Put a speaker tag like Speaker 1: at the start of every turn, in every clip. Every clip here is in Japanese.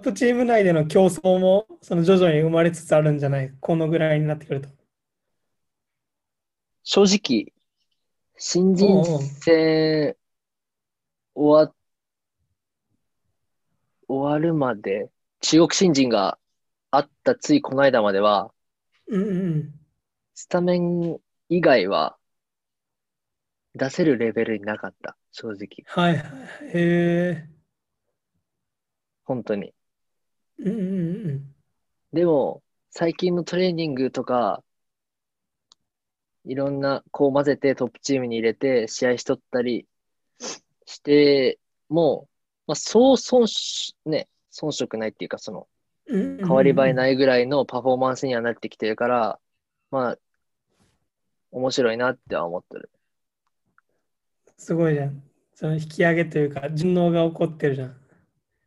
Speaker 1: プチーム内での競争もその徐々に生まれつつあるんじゃないこのぐらいになってくると。
Speaker 2: 正直、新人戦終わ、終わるまで、中国新人があったついこの間までは、
Speaker 1: うんうん
Speaker 2: スタメン以外は出せるレベルになかった、正直。
Speaker 1: はいはい。へえ。
Speaker 2: 本当に。
Speaker 1: うんうんうん
Speaker 2: でも、最近のトレーニングとか、いろんな、こう混ぜてトップチームに入れて、試合しとったりして、もう、まあ、そう遜し、ね、遜色ないっていうか、その、
Speaker 1: うんうんうん。
Speaker 2: 変わり映え
Speaker 1: い。
Speaker 2: ないぐらいのパフォーマンスにはなってきてるから、まあ、面白いなっては思ってる。
Speaker 1: すごいじゃん。その引き上げというか、順応が起こってるじゃん。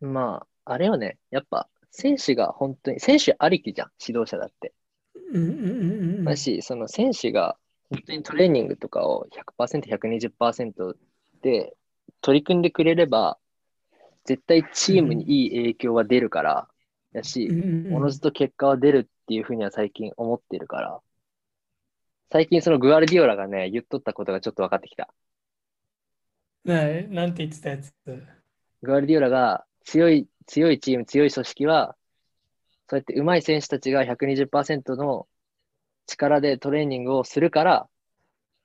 Speaker 2: まあ、あれよね、やっぱ、選手が本当に、選手ありきじゃん、指導者だって。
Speaker 1: うんうんうんうん。
Speaker 2: だし、その選手が本当にトレーニングとかを100%、120%で取り組んでくれれば、絶対チームにいい影響は出るから、だ
Speaker 1: う
Speaker 2: し、
Speaker 1: んうんうん
Speaker 2: おのずと結果は出るっていうふうには最近思ってるから、最近そのグアルディオラがね、言っとったことがちょっと分かってきた。
Speaker 1: ななんて言ってたやつ。
Speaker 2: グアルディオラが強い、強いチーム、強い組織は、そうやって上手い選手たちが120%の力でトレーニングをするから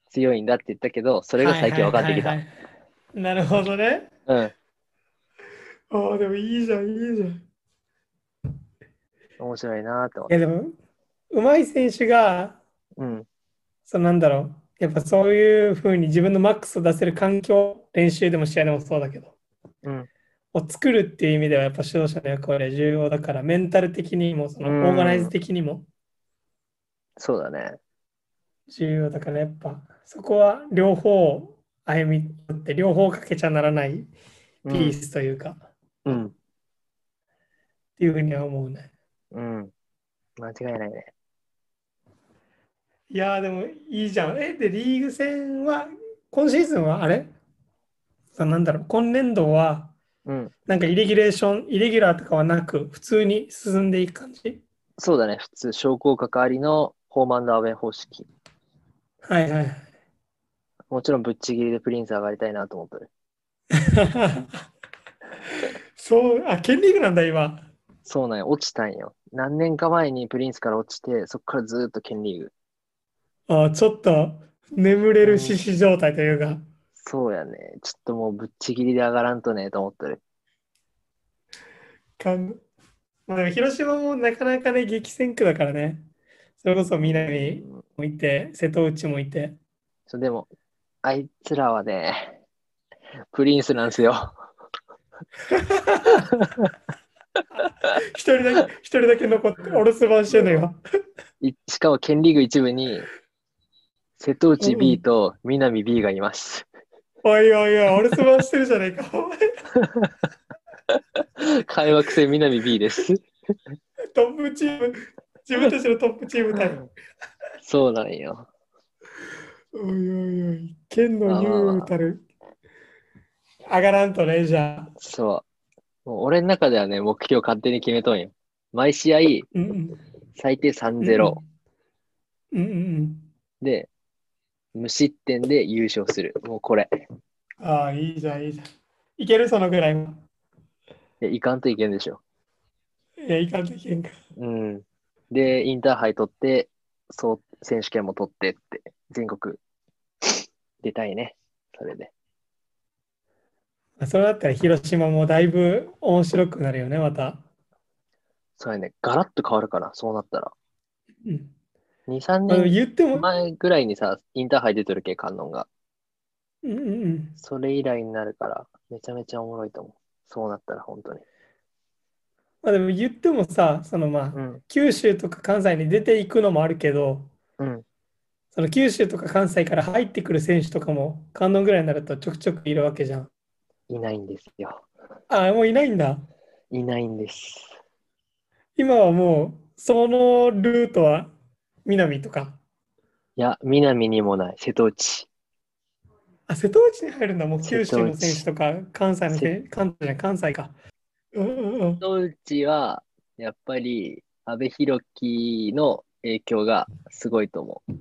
Speaker 2: 強いんだって言ったけど、そ
Speaker 1: そ
Speaker 2: れが最近分かってきた。
Speaker 1: なるほどね。
Speaker 2: うん。
Speaker 1: ああ、でもいいじゃん、いいじゃん。
Speaker 2: 面白いなぁと思って。
Speaker 1: えでも、うまい選手が、
Speaker 2: うん。
Speaker 1: そのなんだろう、やっぱそういうふうに自分のマックスを出せる環境、練習でも試合でもそうだけど、
Speaker 2: うん。
Speaker 1: を作るっていう意味では、やっぱ指導者の役割は重要だから、メンタル的にも、その
Speaker 2: うん
Speaker 1: オーガナイズ的にも
Speaker 2: そうだね。
Speaker 1: 重要だから、やっぱそこは両方歩み取って、両方かけちゃならないピ
Speaker 2: うん
Speaker 1: ースというか、っ
Speaker 2: うん。
Speaker 1: ていうふうには思うね。
Speaker 2: うん。間違いないね。
Speaker 1: いやーでもいいじゃん。え、で、リーグ戦は、今シーズンはあれそうなんだろう、今年度は、
Speaker 2: うん。
Speaker 1: なんかイレギュレーション、イレギュラーとかはなく、普通に進んでいく感じ
Speaker 2: そうだね。普通、昇降関わりのホーマンダーウェイ方式。
Speaker 1: はいはいはい。
Speaker 2: もちろんぶっちぎりでプリンス上がりたいなと思ってる。
Speaker 1: そう、あ、ケンリーグなんだ、今。
Speaker 2: そうなんよ。落ちたんよ。何年か前にプリンスから落ちて、そっからずーっとケンリーグ。
Speaker 1: あ、ちょっと眠れる獅子状態というか、
Speaker 2: そうやね。ちょっともうぶっちぎりで上がらんとね、と思ってる。
Speaker 1: かんまあ、でも広島もなかなかね、激戦区だからね。それこそ南
Speaker 2: うん
Speaker 1: もいて、瀬戸内もいて。
Speaker 2: そうでも、あいつらはね、プリンスなんすよ。
Speaker 1: 一人だけ、一人だけ残って、お留守番してんのよ。
Speaker 2: いしかも、県リーグ一部に、瀬戸内 B と南 B がいます。
Speaker 1: おいおいおい、お留守番してるじゃないか。お前
Speaker 2: 開幕戦南 B です。
Speaker 1: トップチーム、自分たちのトップチーム対。
Speaker 2: そうなんよ。
Speaker 1: おいおいおい、剣の竜たる。上がらんとね、じゃあ。
Speaker 2: そう。もう俺の中ではね、目標勝手に決めとんよ。毎試合、
Speaker 1: うんうん
Speaker 2: 最低3-0。。
Speaker 1: うんうんうん。
Speaker 2: で、無失点で優勝する。もうこれ。
Speaker 1: ああ、いいじゃん、いいじゃん。いける、そのぐらいも。
Speaker 2: いやいかんといけんでしょ。
Speaker 1: いや、いかんといけんか。
Speaker 2: うん。で、インターハイ取って、そう、選手権も取ってって、全国出たいね。それで。
Speaker 1: それだったら広島もだいぶ面白くなるよね、また。
Speaker 2: そうやね、ガラッと変わるから、そうなったら。
Speaker 1: うん、
Speaker 2: 2、3
Speaker 1: まあでも
Speaker 2: 年
Speaker 1: 言っても、
Speaker 2: 前ぐらいにさ、インターハイ出てるけ、観音が。
Speaker 1: うんうんうん、
Speaker 2: それ以来になるから、めちゃめちゃおもろいと思う。そうなったら、本当に。
Speaker 1: まあでも言ってもさ、そのまあ、
Speaker 2: うん。
Speaker 1: 九州とか関西に出ていくのもあるけど、
Speaker 2: うん。
Speaker 1: その九州とか関西から入ってくる選手とかも、関東ぐらいになるとちょくちょくいるわけじゃん。
Speaker 2: いないんですよ。
Speaker 1: ああ、もういないんだ。
Speaker 2: いないんです。
Speaker 1: 今はもう、そのルートは南とか。
Speaker 2: いや、南にもない、瀬戸内。
Speaker 1: あ、瀬戸内に入るんだ、もう
Speaker 2: 瀬戸
Speaker 1: 九州
Speaker 2: 内
Speaker 1: の選手とか、関西の選手、関東じゃない、関西か。うんうんうん
Speaker 2: 瀬戸内は、やっぱり、阿部寛樹の影響がすごいと思う。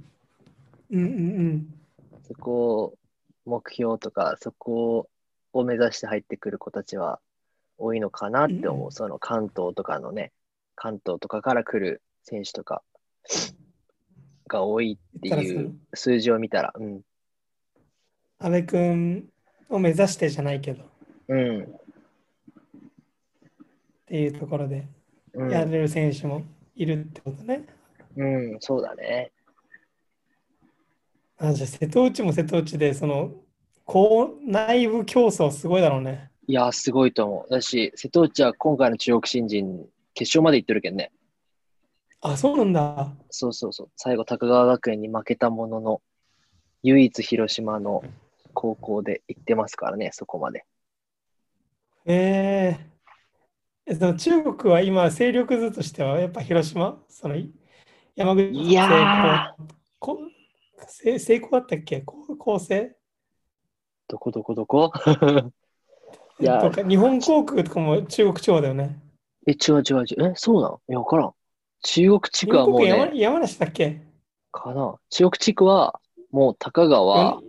Speaker 1: うんうん
Speaker 2: そこを目標とか、そこを目指して入ってくる子たちは多いのかなって思う。
Speaker 1: うん
Speaker 2: その関東とかのね、関東とかから来る選手とかが多いって
Speaker 1: 言った
Speaker 2: い
Speaker 1: らそう
Speaker 2: う数字を見たら、うん。
Speaker 1: 阿部君を目指してじゃないけどっ
Speaker 2: うん。
Speaker 1: ていうところで
Speaker 2: うん
Speaker 1: やれる選手もいるってことね。
Speaker 2: うん、そうだね。
Speaker 1: あじゃあ瀬戸内も瀬戸内でそのこう内部競争すごいだろうね。
Speaker 2: いやー、すごいと思う。だし、瀬戸内は今回の中国新人、決勝まで行ってるけんね。
Speaker 1: あそうなんだ。
Speaker 2: そうそうそう。最後、高川学園に負けたものの、唯一広島の高校で行ってますからね、そこまで。
Speaker 1: えー、えその中国は今勢力図としてはやっぱ広島その山口
Speaker 2: いや
Speaker 1: こ成成功だったっけこ構成
Speaker 2: どこどこどこ いや
Speaker 1: とか日本航空とかも中国地方だよね。
Speaker 2: え、違う違う違う。え、そうなのいや、わからん。中国地区はもう
Speaker 1: 日本航空
Speaker 2: ね、
Speaker 1: 山山梨だっけ
Speaker 2: かな。中国地区は、もう高川、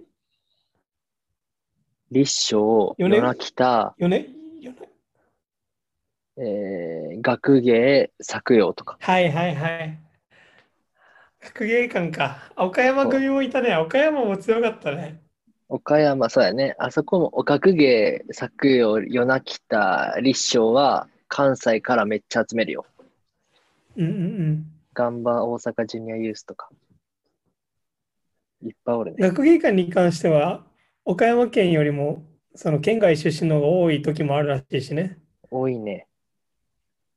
Speaker 2: 立正、
Speaker 1: 米
Speaker 2: 与那北、
Speaker 1: よねよね
Speaker 2: えー、学芸、作陽とか。
Speaker 1: はいはいはい。学芸館か。あ岡山組もいたね。岡山も強かったね。
Speaker 2: 岡山、そうやね。あそこも、学芸、作陽、与那北、立正は、関西からめっちゃ集めるよ。
Speaker 1: うんうんうん。
Speaker 2: ガンバ大阪ジュニアユースとか。いっぱいおるね。
Speaker 1: 学芸館に関しては、岡山県よりも、その県外出身の方が多い時もあるらしいしね。
Speaker 2: 多いね。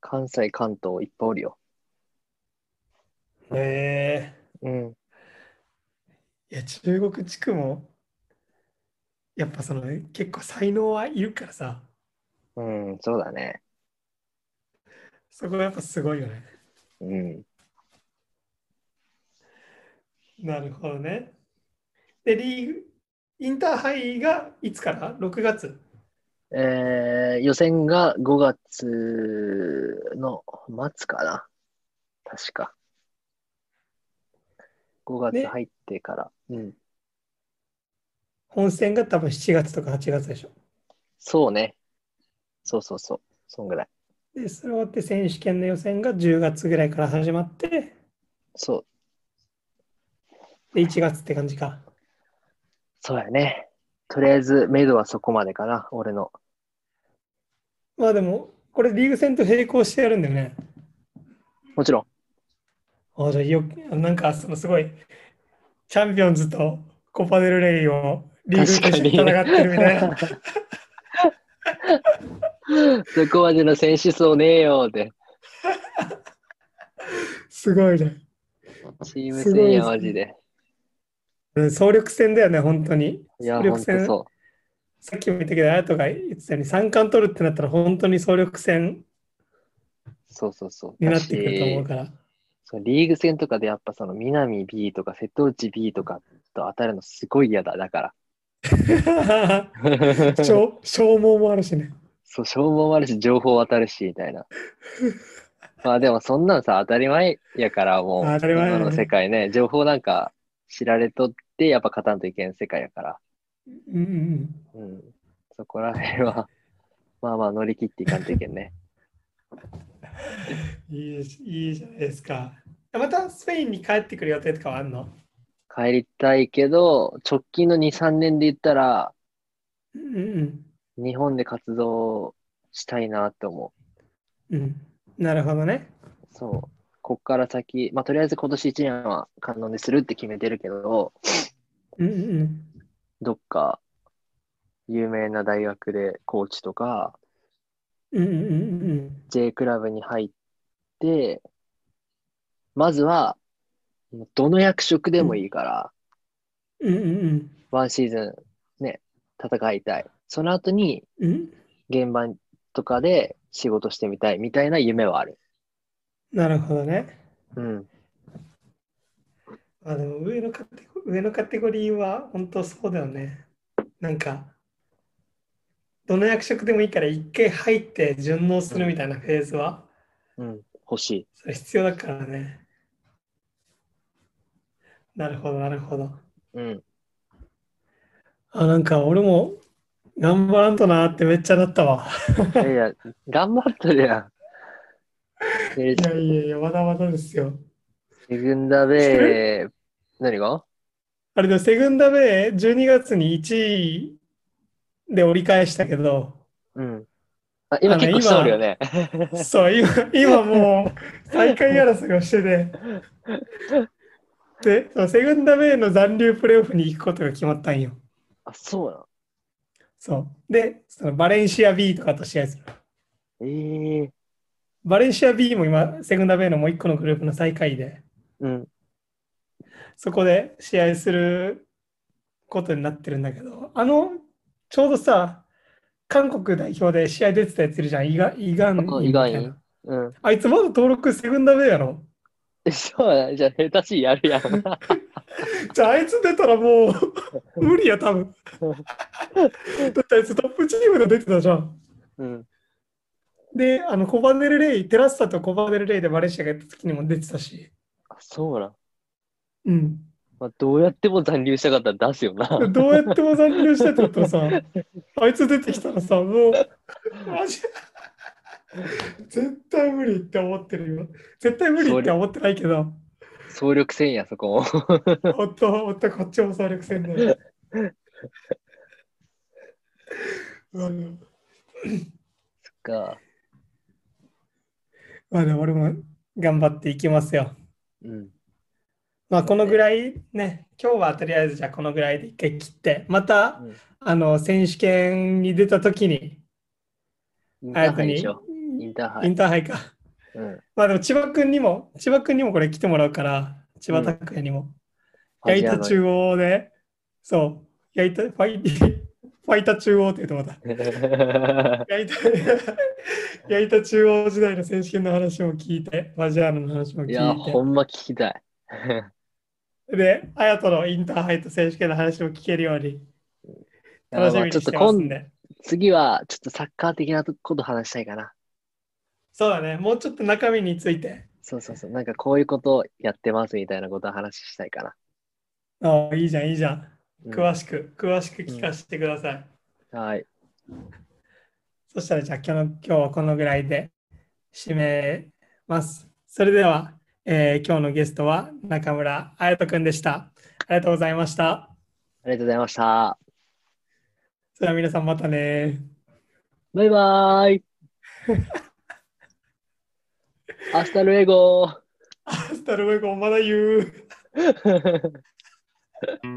Speaker 2: 関西、関東いっぱいおるよ。
Speaker 1: へ
Speaker 2: うん。
Speaker 1: え。いや、中国地区も、やっぱその、結構才能はいるからさ、
Speaker 2: うん、そうだね。
Speaker 1: そこがやっぱすごいよね。
Speaker 2: うん。
Speaker 1: なるほどね。で、リーグ、インターハイがいつから ?6 月。
Speaker 2: えー、予選が5月の末かな。確か。5月
Speaker 1: ね
Speaker 2: 入ってから。うん。
Speaker 1: 本戦が多分7月とか8月でしょ。
Speaker 2: そうね。そうそうそう。そんぐらい。
Speaker 1: で、それ終わって選手権の予選が10月ぐらいから始まって、
Speaker 2: そう。
Speaker 1: で、1月って感じか。
Speaker 2: そうやね。とりあえず、メドはそこまでかな。俺の。
Speaker 1: まあでも、これリーグ戦と並行してやるんだよね。
Speaker 2: もちろん。
Speaker 1: あじゃあよなんかそのすごい、チャンピオンズとコパデルレイをリーグとして戦ってるみたい な。
Speaker 2: そこまでの選手層ねえよって。
Speaker 1: すごいね。
Speaker 2: チーム戦や、
Speaker 1: すご
Speaker 2: マ
Speaker 1: いですね
Speaker 2: ジで。
Speaker 1: うん総力戦だよね、本当に。
Speaker 2: いや、
Speaker 1: 総力
Speaker 2: ほんと
Speaker 1: 戦、さ
Speaker 2: そ
Speaker 1: っきも言ったけど、あやとが言ってたように、三冠取るってなったら、本当に総力戦
Speaker 2: う。そうそうそう。
Speaker 1: にな
Speaker 2: だ
Speaker 1: ってくると思う
Speaker 2: し、
Speaker 1: から。
Speaker 2: そうリーグ戦とかでやっぱその南 B とか瀬戸内 B とかと当たるのすごい嫌だ、だから。
Speaker 1: 消消耗もあるしね。
Speaker 2: そう、消耗もあるし、情報当たるし、みた いな。まあでもそんなんさ、当たり前やから、もう、
Speaker 1: 当たり前やね
Speaker 2: 今の世界ね、情報なんか知られとって、やっぱ勝たんといけん世界やから。
Speaker 1: うんうんうん。
Speaker 2: うん。そこら辺は、まあまあ乗り切っていかんといけんね。
Speaker 1: いいじいいじゃないですか。またスペインに帰ってくる予定とかはあんの
Speaker 2: 帰りたいけど、直近の2、3年で言ったら、
Speaker 1: うんうん
Speaker 2: 日本で活動したいなって思
Speaker 1: うん。なるほどね。
Speaker 2: う。そう。こっから先、まあ、とりあえず今年1年は観音でするって決めてるけど、
Speaker 1: うんうん
Speaker 2: どっか有名な大学でコーチとか、
Speaker 1: うん。うんうんうん
Speaker 2: J クラブに入って、まずは、どの役職でもいいから、
Speaker 1: うん。うんうん
Speaker 2: ワンシーズンね、戦いたい。その後に
Speaker 1: うん。うん
Speaker 2: 現場とかで仕事してみたいみたいな夢はある。
Speaker 1: なるほどね。
Speaker 2: うん。
Speaker 1: あでも上のカテゴ上のカテゴリーは本当そうだよね。なんか、どの役職でもいいから一回入って順応するみたいなフェーズは、
Speaker 2: うん、欲しい。
Speaker 1: それ必要だからね。なるほど、なるほど。
Speaker 2: うん。
Speaker 1: あ、なんか俺も頑張らんとなーってめっちゃなったわ。
Speaker 2: いやい や、頑張ってるやん。え
Speaker 1: いやいやいや、まだまだですよ。
Speaker 2: セグンダベー、何が
Speaker 1: あれでもセグンダベイ12月に1位で折り返したけど、
Speaker 2: うん。あ、今
Speaker 1: あの
Speaker 2: 結構下おるよね。
Speaker 1: そう、今、今もう最下位争いをしてて、で、そのセグンダベイの残留プレーオフに行くことが決まったんよ。
Speaker 2: あ、そうなの
Speaker 1: そう。で、そのバレンシア B とかと試合する。
Speaker 2: ええ
Speaker 1: バレンシア B も今、セグンダベイのもう一個のグループの最下位で、
Speaker 2: うん。
Speaker 1: そこで試合することになってるんだけど、あの、ちょうどさ、韓国代表で試合出てたやついるじゃん、イガイガンイ
Speaker 2: あ
Speaker 1: みたい
Speaker 2: イガンイ
Speaker 1: な。
Speaker 2: うん。
Speaker 1: あいつまだ登録セグンダベイやろ。
Speaker 2: えそうなの じゃあ、下手しいや るやん。
Speaker 1: じゃああいつ出たらも う無理や多分だってあいつトップチームで出てたじゃん
Speaker 2: うん。
Speaker 1: であのコバネルレイテラスタとコバネルレイでバレンシアがやった時にも出てたし
Speaker 2: あ、そうなん。
Speaker 1: うん
Speaker 2: まあ、どうやっても残留したかったら出すよな。
Speaker 1: どうやっても残留してってことはさあいつ出てきたらさもうマジ 絶対無理って思ってるよ絶対無理って思ってないけど
Speaker 2: 総力戦や、そこも。
Speaker 1: ほんとほんとこっちも総力戦だようん
Speaker 2: か。
Speaker 1: まあでも俺も頑張っていきますよ。
Speaker 2: うん。
Speaker 1: まあこのぐらいね、今日はとりあえずじゃあこのぐらいで一回切って、また
Speaker 2: うん
Speaker 1: あの選手権に出た時に、
Speaker 2: インタ
Speaker 1: あ
Speaker 2: ー
Speaker 1: や
Speaker 2: ハ
Speaker 1: と
Speaker 2: イ
Speaker 1: に
Speaker 2: でしょ。インターハ
Speaker 1: イ
Speaker 2: イ。
Speaker 1: ンターハイか。
Speaker 2: うん。
Speaker 1: まあでも千葉君にも、千葉君にもこれ来てもらうから、千葉拓也にも。
Speaker 2: ファ
Speaker 1: 矢
Speaker 2: ジア
Speaker 1: 板
Speaker 2: の
Speaker 1: 中央で、そう、矢板ファイ ファイタ中央って言うとまた、矢板 矢板中央時代の選手権の話も聞いて、マジアーノの話も聞いて。
Speaker 2: いや、ほんま聞きたい。
Speaker 1: で、あやとのインターハイと選手権の話も聞けるように楽しみにして
Speaker 2: まあまあちょ
Speaker 1: ま
Speaker 2: っと
Speaker 1: す
Speaker 2: 今
Speaker 1: んで。
Speaker 2: 次は、ちょっとサッカー的なこと話したいかな。
Speaker 1: そうだね、もうちょっと中身について。
Speaker 2: そうそうそう。なんかこういうことやってますみたいなことを話したいかな。
Speaker 1: ああ、いいじゃん、いいじゃん。
Speaker 2: うん
Speaker 1: 詳しく、詳しく聞かせてください。
Speaker 2: はい。
Speaker 1: そしたら、じゃあ今日の、今日はこのぐらいで締めます。それでは、えー今日のゲストは中村あやとくんでした。ありがとうございました。
Speaker 2: ありがとうございました。
Speaker 1: それでは皆さんまたね。
Speaker 2: バイ バーイ。アスタルエゴ
Speaker 1: アスタルゴまだ言う。
Speaker 2: ー。